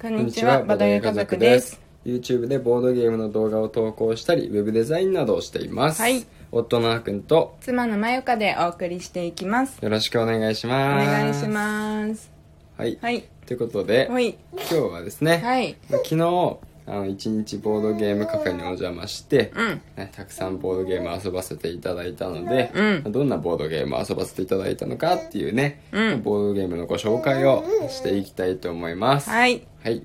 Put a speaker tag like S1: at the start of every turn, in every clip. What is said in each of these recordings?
S1: こんにちは、バドゲ家族です。。
S2: YouTube でボードゲームの動画を投稿したり、ウェブデザインなどをしています。
S1: はい
S2: 夫のあーくんと、
S1: 妻のまゆかでお送りしていきます。
S2: よろしくお願いし
S1: お
S2: ます。
S1: 願いします。
S2: す。はい。
S1: はい。
S2: ということで、
S1: ほい。
S2: 今日はですね、
S1: はい。
S2: まあ昨日、あの、一日ボードゲームカフェにお邪魔して、
S1: うん。
S2: ねたくさんボードゲームを遊ばせていただいたので、
S1: うん
S2: まあどんなボードゲームを遊ばせていただいたのかっていうね、
S1: うん
S2: ボードゲームのご紹介をしていきたいと思います。い。
S1: はい。
S2: はい。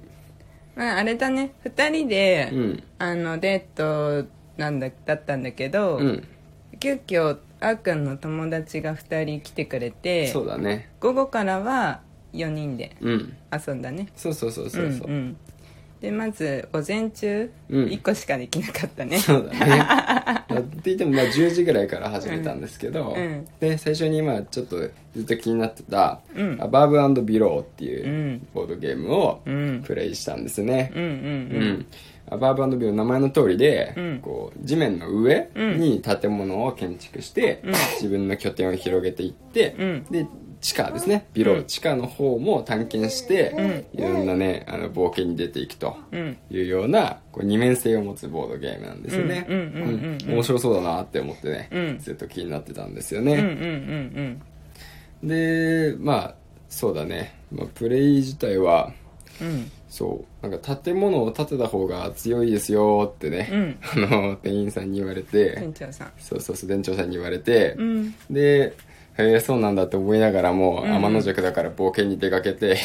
S1: まあ、あれだね、二人で、
S2: うん
S1: あの、デートなんだ、だったんだけど、
S2: うん。
S1: 急遽、あーくんの友達が二人来てくれて、
S2: そうだね。
S1: 午後からは四人で
S2: うん。
S1: 遊んだね。
S2: そうそうそうそうそう。
S1: んうん。で、まず、午前中、
S2: うん
S1: 一個しかできなかったね。
S2: そうだね。やっていてもまあ10時ぐらいから始めたんですけ
S1: うん
S2: ど、
S1: うん
S2: で最初に今ちょっとずっと気になってた「
S1: うん
S2: アバーブビロー」っていううボードゲームを
S1: うん
S2: プレイしたんですね。
S1: うん
S2: う
S1: うん
S2: んアバーブビローの名前の通りで、
S1: うん
S2: こう地面の上に建物を建築して、自分の拠点を広げていって、
S1: うん
S2: で地下ですねビロー、地下の方も探検して、いろんなねあの冒険に出ていくと。
S1: うん。うん。
S2: いうようなこう二面性を持つボードゲームなんですよね
S1: うんうんうんうん
S2: うん面白そうだなって思ってね、
S1: うん
S2: ずっと気になってたんですよ
S1: うんうん
S2: ね、
S1: うん
S2: でまあそうだね、まあ、プレイ自体は
S1: うん。うん。
S2: そうなんか建物を建てた方が強いですよってね、 あの店員さんに言われて、
S1: 店長さん。
S2: そうそうそう店長さんに言われて、
S1: うん。
S2: でへえそうなんだって思いながらも、天の塾だから冒険に出かけて、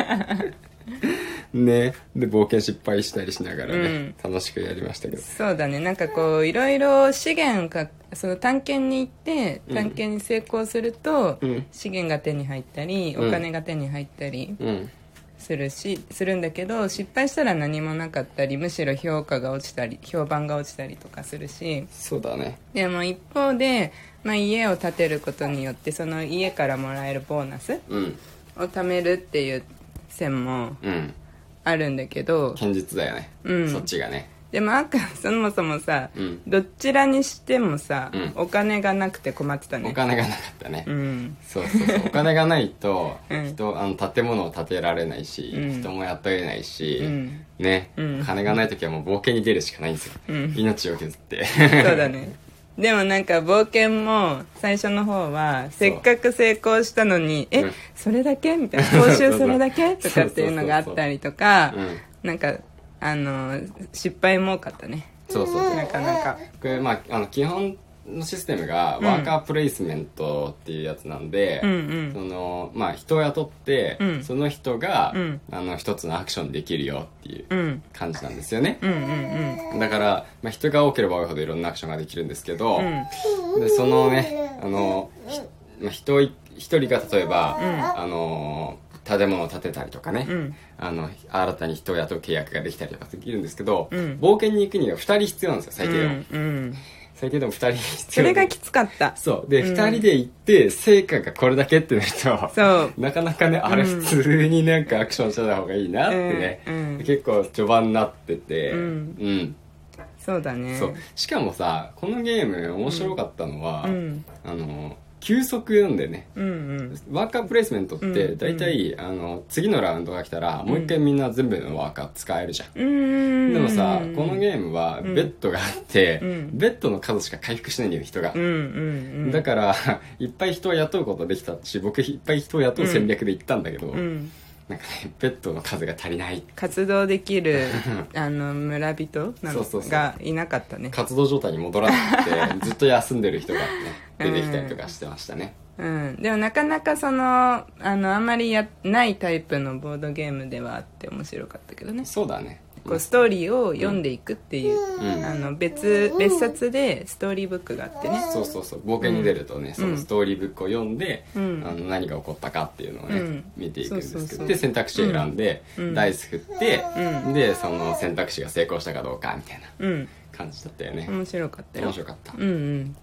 S2: ねで冒険失敗したりしながらね、楽しくやりましたけど
S1: そうだねなんかこういろいろ資源がその探検に行って
S2: ん
S1: 探検に成功すると、
S2: うん
S1: 資源が手に入ったり、
S2: うん
S1: お金が手に入ったり
S2: うん
S1: するしするんだけど失敗したら何もなかったりむしろ評価が落ちたり評判が落ちたりとかするし
S2: そうだね
S1: でも一方で、まあ、家を建てることによってその家からもらえるボーナス
S2: うん
S1: を貯めるっていう線も
S2: うん
S1: あるんだけど
S2: 堅実だよね、
S1: うん
S2: そっちがね
S1: でもあっくん そもそもさ、
S2: うん
S1: どちらにしてもさ、
S2: うん
S1: お金がなくて困ってたね
S2: お金がなかったね、
S1: うん
S2: そうそう そうお金がないと
S1: うん
S2: 人あの建物を建てられないし、
S1: うん
S2: 人も雇えないし、
S1: うん
S2: ね、
S1: うん
S2: 金がない時はもう冒険に出るしかないんですよ、
S1: うん
S2: 命を削って
S1: そうだねでもなんか冒険も最初の方はせっかく成功したのにえ、
S2: うん
S1: それだけみ たいな報
S2: そうそ
S1: 酬
S2: う
S1: それだけとかっていうのがあったりとか
S2: うん
S1: なんかあの失敗も多かったね
S2: そうそうそう
S1: なかなか
S2: これまああの基本のシステムがワーカープレイスメントっていうやつなんで、
S1: うんうん
S2: そのまあ、人を雇って、
S1: うん
S2: その人が、
S1: うん
S2: あの一つのアクションできるよっていう
S1: うん
S2: 感じなんですよね、
S1: うんうんうん
S2: だから、まあ、人が多ければ多いほどいろんなアクションができるんですけど、
S1: うん
S2: でそのねあの、ひまあ、人い一人が例えば、あの建物を建てたりとかね、
S1: うん
S2: あの新たに人を雇う契約ができたりとかできるんですけど、
S1: うん
S2: 冒険に行くには2人必要なんですよ最
S1: う
S2: 低でも、
S1: んうん
S2: 最低でも2人必
S1: そ
S2: 要
S1: れ
S2: で
S1: がきつかった
S2: そうで、2人で行って成果がこれだけってなると
S1: そう
S2: なかなかねあれ普通になんかアクションしてた方がいいなってね、
S1: うんうん
S2: 結構序盤になってて
S1: うん
S2: うん
S1: そうだね
S2: そうしかもさこのゲーム面白かったのは、
S1: うん
S2: あの休息なんだよね
S1: うんうん
S2: ワーカープレイスメントっ
S1: う
S2: て
S1: ん
S2: 大体、あの次のラウンドが来たらもう一回みんな全部のワーカー使えるじゃん、
S1: うん
S2: でもさこのゲームはベッドがあって、
S1: うん
S2: ベッドの数しか回復しないんだよ人が
S1: うん、うんうん
S2: だから いっぱい人を雇うことできたし僕いっぱい人を雇う戦略で行ったんだけど、
S1: うん
S2: なんかねベッドの数が足りない
S1: 活動でき るあの村人なの
S2: そうそうそう
S1: がいなかったね
S2: 活動状態に戻らな くてずっと休んでる人がね出てきたりとかしてましたね、
S1: うん、でもなかなかそのあのあんまりやないタイプのボードゲームではあって面白かったけどね
S2: そうだね
S1: こうストーリーを読んでいくっていう、
S2: うん
S1: あの別別冊でストーリーブックがあってね
S2: そうそうそう冒険に出るとね、そのストーリーブックを読んで、
S1: うん
S2: あの何が起こったかっていうのをね、
S1: うん
S2: 見ていくんですけど
S1: そうそうそう
S2: で選択肢を選んで、
S1: うん
S2: ダイス振って、
S1: う
S2: でその選択肢が成功したかどうかみたいな
S1: うん
S2: 感じだったよね、
S1: 面白かったよ
S2: 面白かった、
S1: うんうん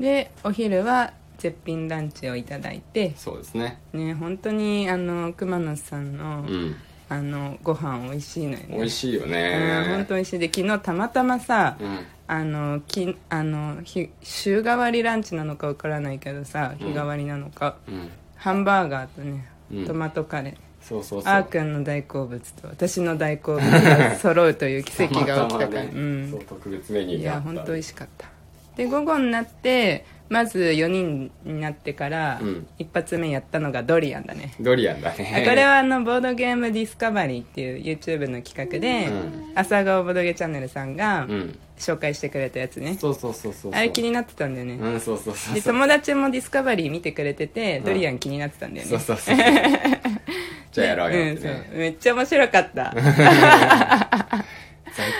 S1: でお昼は絶品ランチをいただいて
S2: そうですね
S1: ね本当にあの熊野さんの、
S2: うん
S1: あのご飯美味しいのよね
S2: 美味しいよ
S1: うん
S2: ね
S1: 本当美味しいで昨日たまたまさ、
S2: うん
S1: あのきあの日週替わりランチなのかわからないけどさ日替わりなのか、
S2: うん
S1: ハンバーガーとね
S2: うん
S1: トマトカレー、
S3: そうそうそう
S1: あーくんの大好物と私の大好物が揃うという奇跡が起きたから、
S3: ね
S1: うん
S3: そう特別メニュ
S1: い
S3: ーがあ
S1: や
S3: った
S1: 本当美味しかったで午後になってまず4人になってから、
S3: うん
S1: 一発目やったのがドリアンだね
S3: ドリアンだ
S1: あ
S3: ね
S1: これはあのボードゲームディスカバリーっていう YouTube の企画で、
S3: うん
S1: 朝顔ボードゲーチャンネルさんが
S3: うん
S1: 紹介してくれたやつね、
S3: そうそうそうそう
S1: あれ気になってたんだよね、
S3: うんそうそうそう
S1: で
S3: そう
S1: 友達もディスカバリー見てくれてて、ドリアン気になってたんだよね
S3: そうそう そうじゃあやろうよっ
S1: ん
S3: て
S1: そう
S3: ね
S1: めっちゃ面白かっ た
S3: 在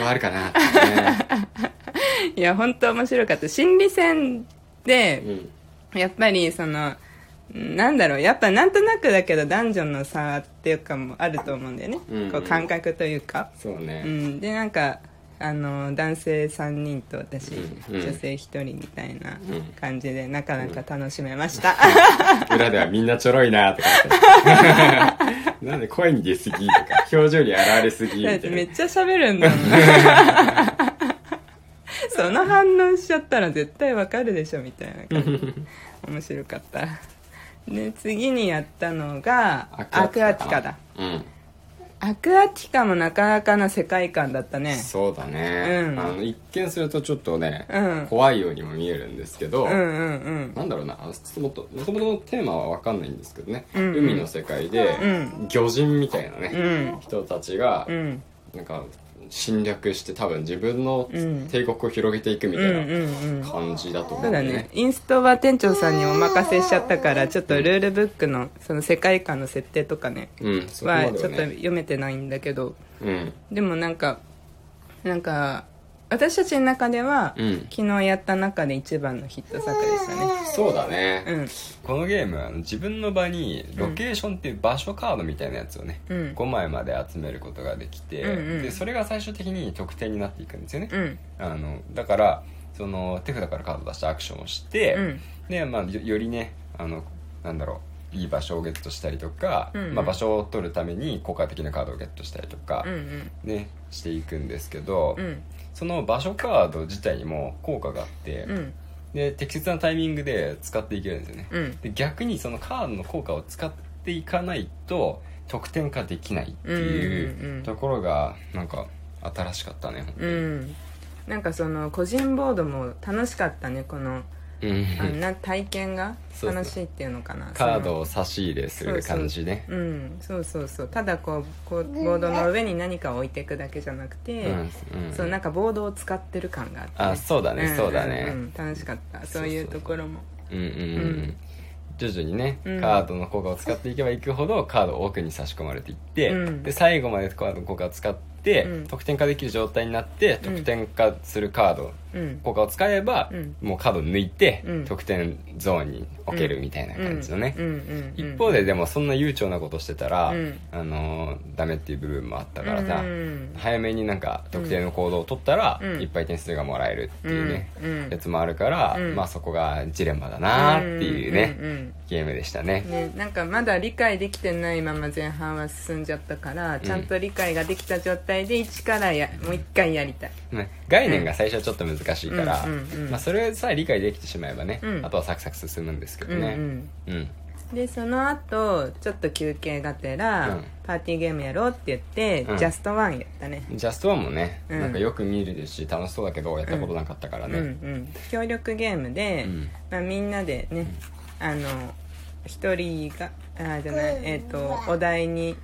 S3: 庫あるかなってね
S1: いや本当面白かった心理戦で、
S3: うん
S1: やっぱりそのなんだろうやっぱなんとなくだけど男女の差っていうかもあると思うんだよね、
S3: うんうん
S1: こう感覚というか、
S3: そう
S1: う
S3: ね
S1: ん、でなんかあの男性3人と私、
S3: うんうん
S1: 女性1人みたいな
S3: うん
S1: 感じでなかなか楽しめました、
S3: 裏ではみんなちょろいなとか言 ってなんで声に出すぎとか表情に現れすぎみ
S1: だ
S3: た
S1: ってめ
S3: い
S1: っ
S3: な
S1: ちゃ喋る んだもんその反応しちゃったら絶対わかるでしょみたいな感じ面白かったで次にやったのがアクアティカだ
S3: うん
S1: アクアティカもなかなかな世界観だったね
S3: そうだね、
S1: うん
S3: あの一見するとちょっとね、
S1: うん
S3: 怖いようにも見えるんですけど、
S1: うんうんうん
S3: なんだろうなあのちょっともともとのテーマは分かんないんですけどね、
S1: んうん
S3: 海の世界で、魚人みたいなね、
S1: うん
S3: 人たちが、
S1: うん
S3: なんか侵略して多分自分の
S1: うん
S3: 帝国を広げていくみ
S1: うんう
S3: たいな
S1: んうん
S3: 感じだと思
S1: そううんだ
S3: で
S1: ねインストは店長さんにお任せしちゃったからちょっとルールブックのその世界観の設定とかね
S3: うんそこまで
S1: は
S3: はね
S1: ちょっと読めてないんだけど
S3: うん
S1: でもなんかなんか私たちの中では、
S3: うん
S1: 昨日やった中で一番のヒット作でしたね
S3: そうだね、
S1: うん
S2: このゲームあの自分の場にロケーションっていう場所カードみたいなやつをね、
S1: うん
S2: 5枚まで集めることができて、
S1: うんうん
S2: でそれが最終的に得点になっていくんですよね、
S1: うん
S2: あのだからその手札からカード出してアクションをして、
S1: うん
S2: でまあ、よよりねあのなんだろういい場所をゲットしたりとか、
S1: うんうん
S2: まあ、場所を取るために効果的なカードをゲットしたりとか
S1: う、ん
S2: ね、していくんですけど、
S1: うん
S2: その場所カード自体にも効果があって、
S1: うん
S2: で適切なタイミングで使っていけるんですよね、
S1: うん
S2: で逆にそのカードの効果を使っていかないと得点化できないって
S1: んう
S2: い
S1: んう
S2: うんうところがなんか新しかったね
S1: うんうんなんかその個人ボードも楽しかったねこの
S2: うん、
S1: あんな体験が
S2: そうそう
S1: 楽しいっていうのかな
S2: カード
S1: を
S2: を差し入れする感じね
S1: うんそうそうそうただこうこうボードの上に何かを置いていくだけじゃなくて、
S2: うんうん
S1: そうなんかボードを使ってる感があって、
S2: あそうだね
S1: ん
S2: そうだ
S1: ん
S2: ね
S1: ん楽しかった
S2: そうそう
S1: そういうところも
S2: うんうんうん、
S1: うん
S2: 徐々にね、
S1: うん
S2: カードの効果を使っていけばいくほどカードを奥に差し込まれていって、
S1: うん
S2: で最後までカードの効果を使って、
S1: うん
S2: 得点化できる状態になって
S1: うん
S2: 得点化するカード、
S1: うん
S2: 効果を使えば、
S1: うん
S2: もうカード抜いて、
S1: うん
S2: 得点ゾーンに置けるみたいな感じのね、
S1: うんうんうん
S2: 一方ででもそんな悠長なことしてたら、
S1: うん
S2: あのーダメっていう部分もあったからさ、
S1: うん
S2: 早めになんか特定の行動を取ったら、
S1: うん
S2: いっぱい点数がもらえるっていうね、
S1: うん
S2: やつもあるから、
S1: うん
S2: まあそこがジレンマだなーっていうね、
S1: うんうん
S2: ゲームでした
S1: う
S2: ね
S1: んね、なんかまだ理解できてないまま前半は進んじゃったから、ちゃんと理解ができた状態で一からやもう一回やりたい
S2: ね概念が最初はちょっと難しいから、
S1: うんうんうん
S2: まあ、それさえ理解できてしまえばね、
S1: うん
S2: あとはサクサク進むんですけどね
S1: うんうん
S2: うん
S1: でその後ちょっと休憩がてら、
S2: うん
S1: パーティーゲームやろうって言って、
S2: うん
S1: ジャストワンやったね
S2: ジャストワンもね、
S1: うん
S2: なんかよく見るし楽しそうだけどやったことなかったからね、
S1: うんうん、協力ゲームで、
S2: うん
S1: まあ、みんなでねあの一人があじゃない、えっとお題に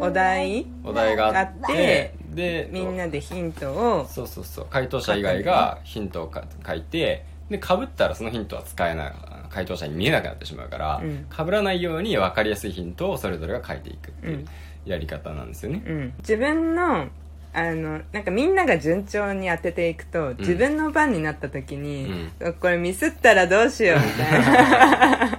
S1: お題
S2: お題があ
S1: あっ
S2: っててで
S1: みんなでヒントを
S2: そうそうそう回答者以外がヒントをか書いてでかぶったらそのヒントは使えない回答者に見えなくなってしまうから
S1: うん
S2: かぶ、被らないように分かりやすいヒントをそれぞれが書いていくっていううんやり方なんですよね、
S1: うん、自分のあのなんかみんなが順調に当てていくと、自分の番になった時に、これミスったらどうしようみたい な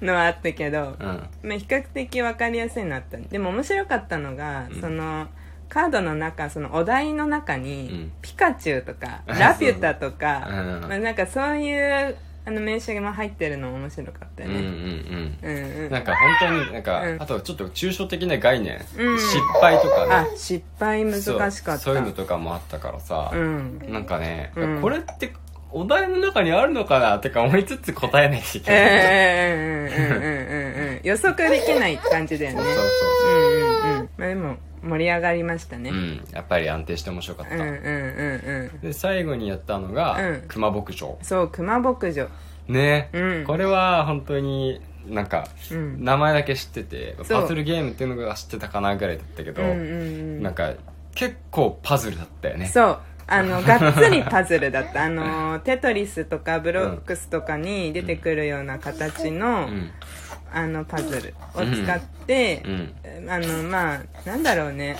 S1: のはあったけど、
S2: うん
S1: まあ、比較的分かりやすいのあったでも面白かったのが、そのカードの中そのお題の中に、
S2: うん
S1: ピカチュウとかラピュタとか、
S2: うん
S1: まあ、なんかそういうあの名称も入ってるのも面白かったよ
S2: うんうんう
S1: ね、
S2: ん
S1: うんうん
S2: なんか本当になんか、
S1: うん
S2: あとちょっと抽象的な概念、
S1: うん
S2: 失敗とか
S1: あ
S2: ね
S1: 失敗難しかった
S2: そうそういうのとかもあったからさ、
S1: うん
S2: なんかね、
S1: うん
S2: これってお題の中にあるのかなとか思いつつ答えないといけ
S1: うん
S2: な
S1: う
S2: い。
S1: んうんうんうんうんうん予測できない感じだよね
S2: そうそう
S1: うんうんうんまあでも盛り上がりましたね、
S2: そう。うん。やっぱり安定して面白かっ
S1: うんうん
S2: た。
S1: うんうん
S2: で、最後にやったのが
S1: うん、
S2: 熊牧場。
S1: そう熊牧場
S2: ね
S1: うん。
S2: これは本当に、なんか、
S1: うん
S2: 名前だけ知ってて、
S1: そう
S2: パズルゲームっていうのが知ってたかなぐらいだったけど
S1: うん、うんう
S2: なん
S1: ん
S2: か、結構パズルだったよね。
S1: そうあのがっつりパズルだったあのテトリスとかブロックスとかに出てくるような形の,、
S2: うん。
S1: あのパズルを使って、
S2: うん。
S1: あのまあなんだろうね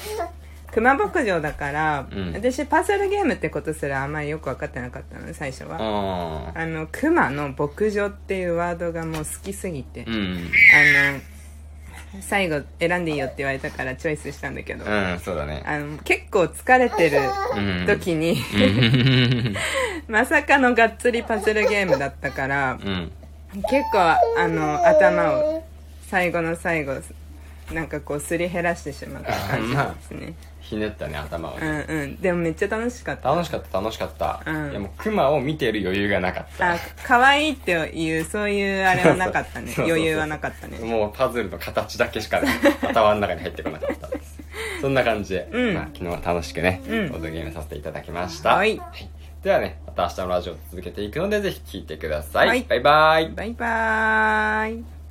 S1: 熊牧場だから、
S2: うん
S1: 私パズルゲームってことすらあんまりよく分かってなかったの最初は、
S2: ああ。
S1: あの熊の牧場っていうワードがもう好きすぎて、
S2: うん。
S1: あの最後選んでいいよって言われたからチョイスしたんだけど、
S2: うん、そうだね。
S1: あの結構疲れてる
S2: うん。
S1: 時に、
S2: うん。
S1: まさかのがっつりパズルゲームだったから
S2: うん。
S1: 結構あの頭を最後の最後なんかこうすり減らしてしまった感じですね、
S2: ひねったね、頭をね。
S1: うんうんでもめっちゃ楽しかった
S2: 楽しかった楽しかった、
S1: うん
S2: いやもうクマを見てる余裕がなかった
S1: あ可愛いっていうそういうあれはなかったね
S2: そうそうそう
S1: 余裕はなかったね
S2: もうパズルの形だけしか 頭の中に入ってこなかったですそんな感じで、
S1: うん
S2: まあ、昨日は楽しくね、
S1: うん
S2: ボードゲームさせていただきました、
S1: はい
S2: ではねまた明日のラジオを続けていくのでぜひ聞いてください、
S1: はい
S2: バイバイ
S1: バイバーイ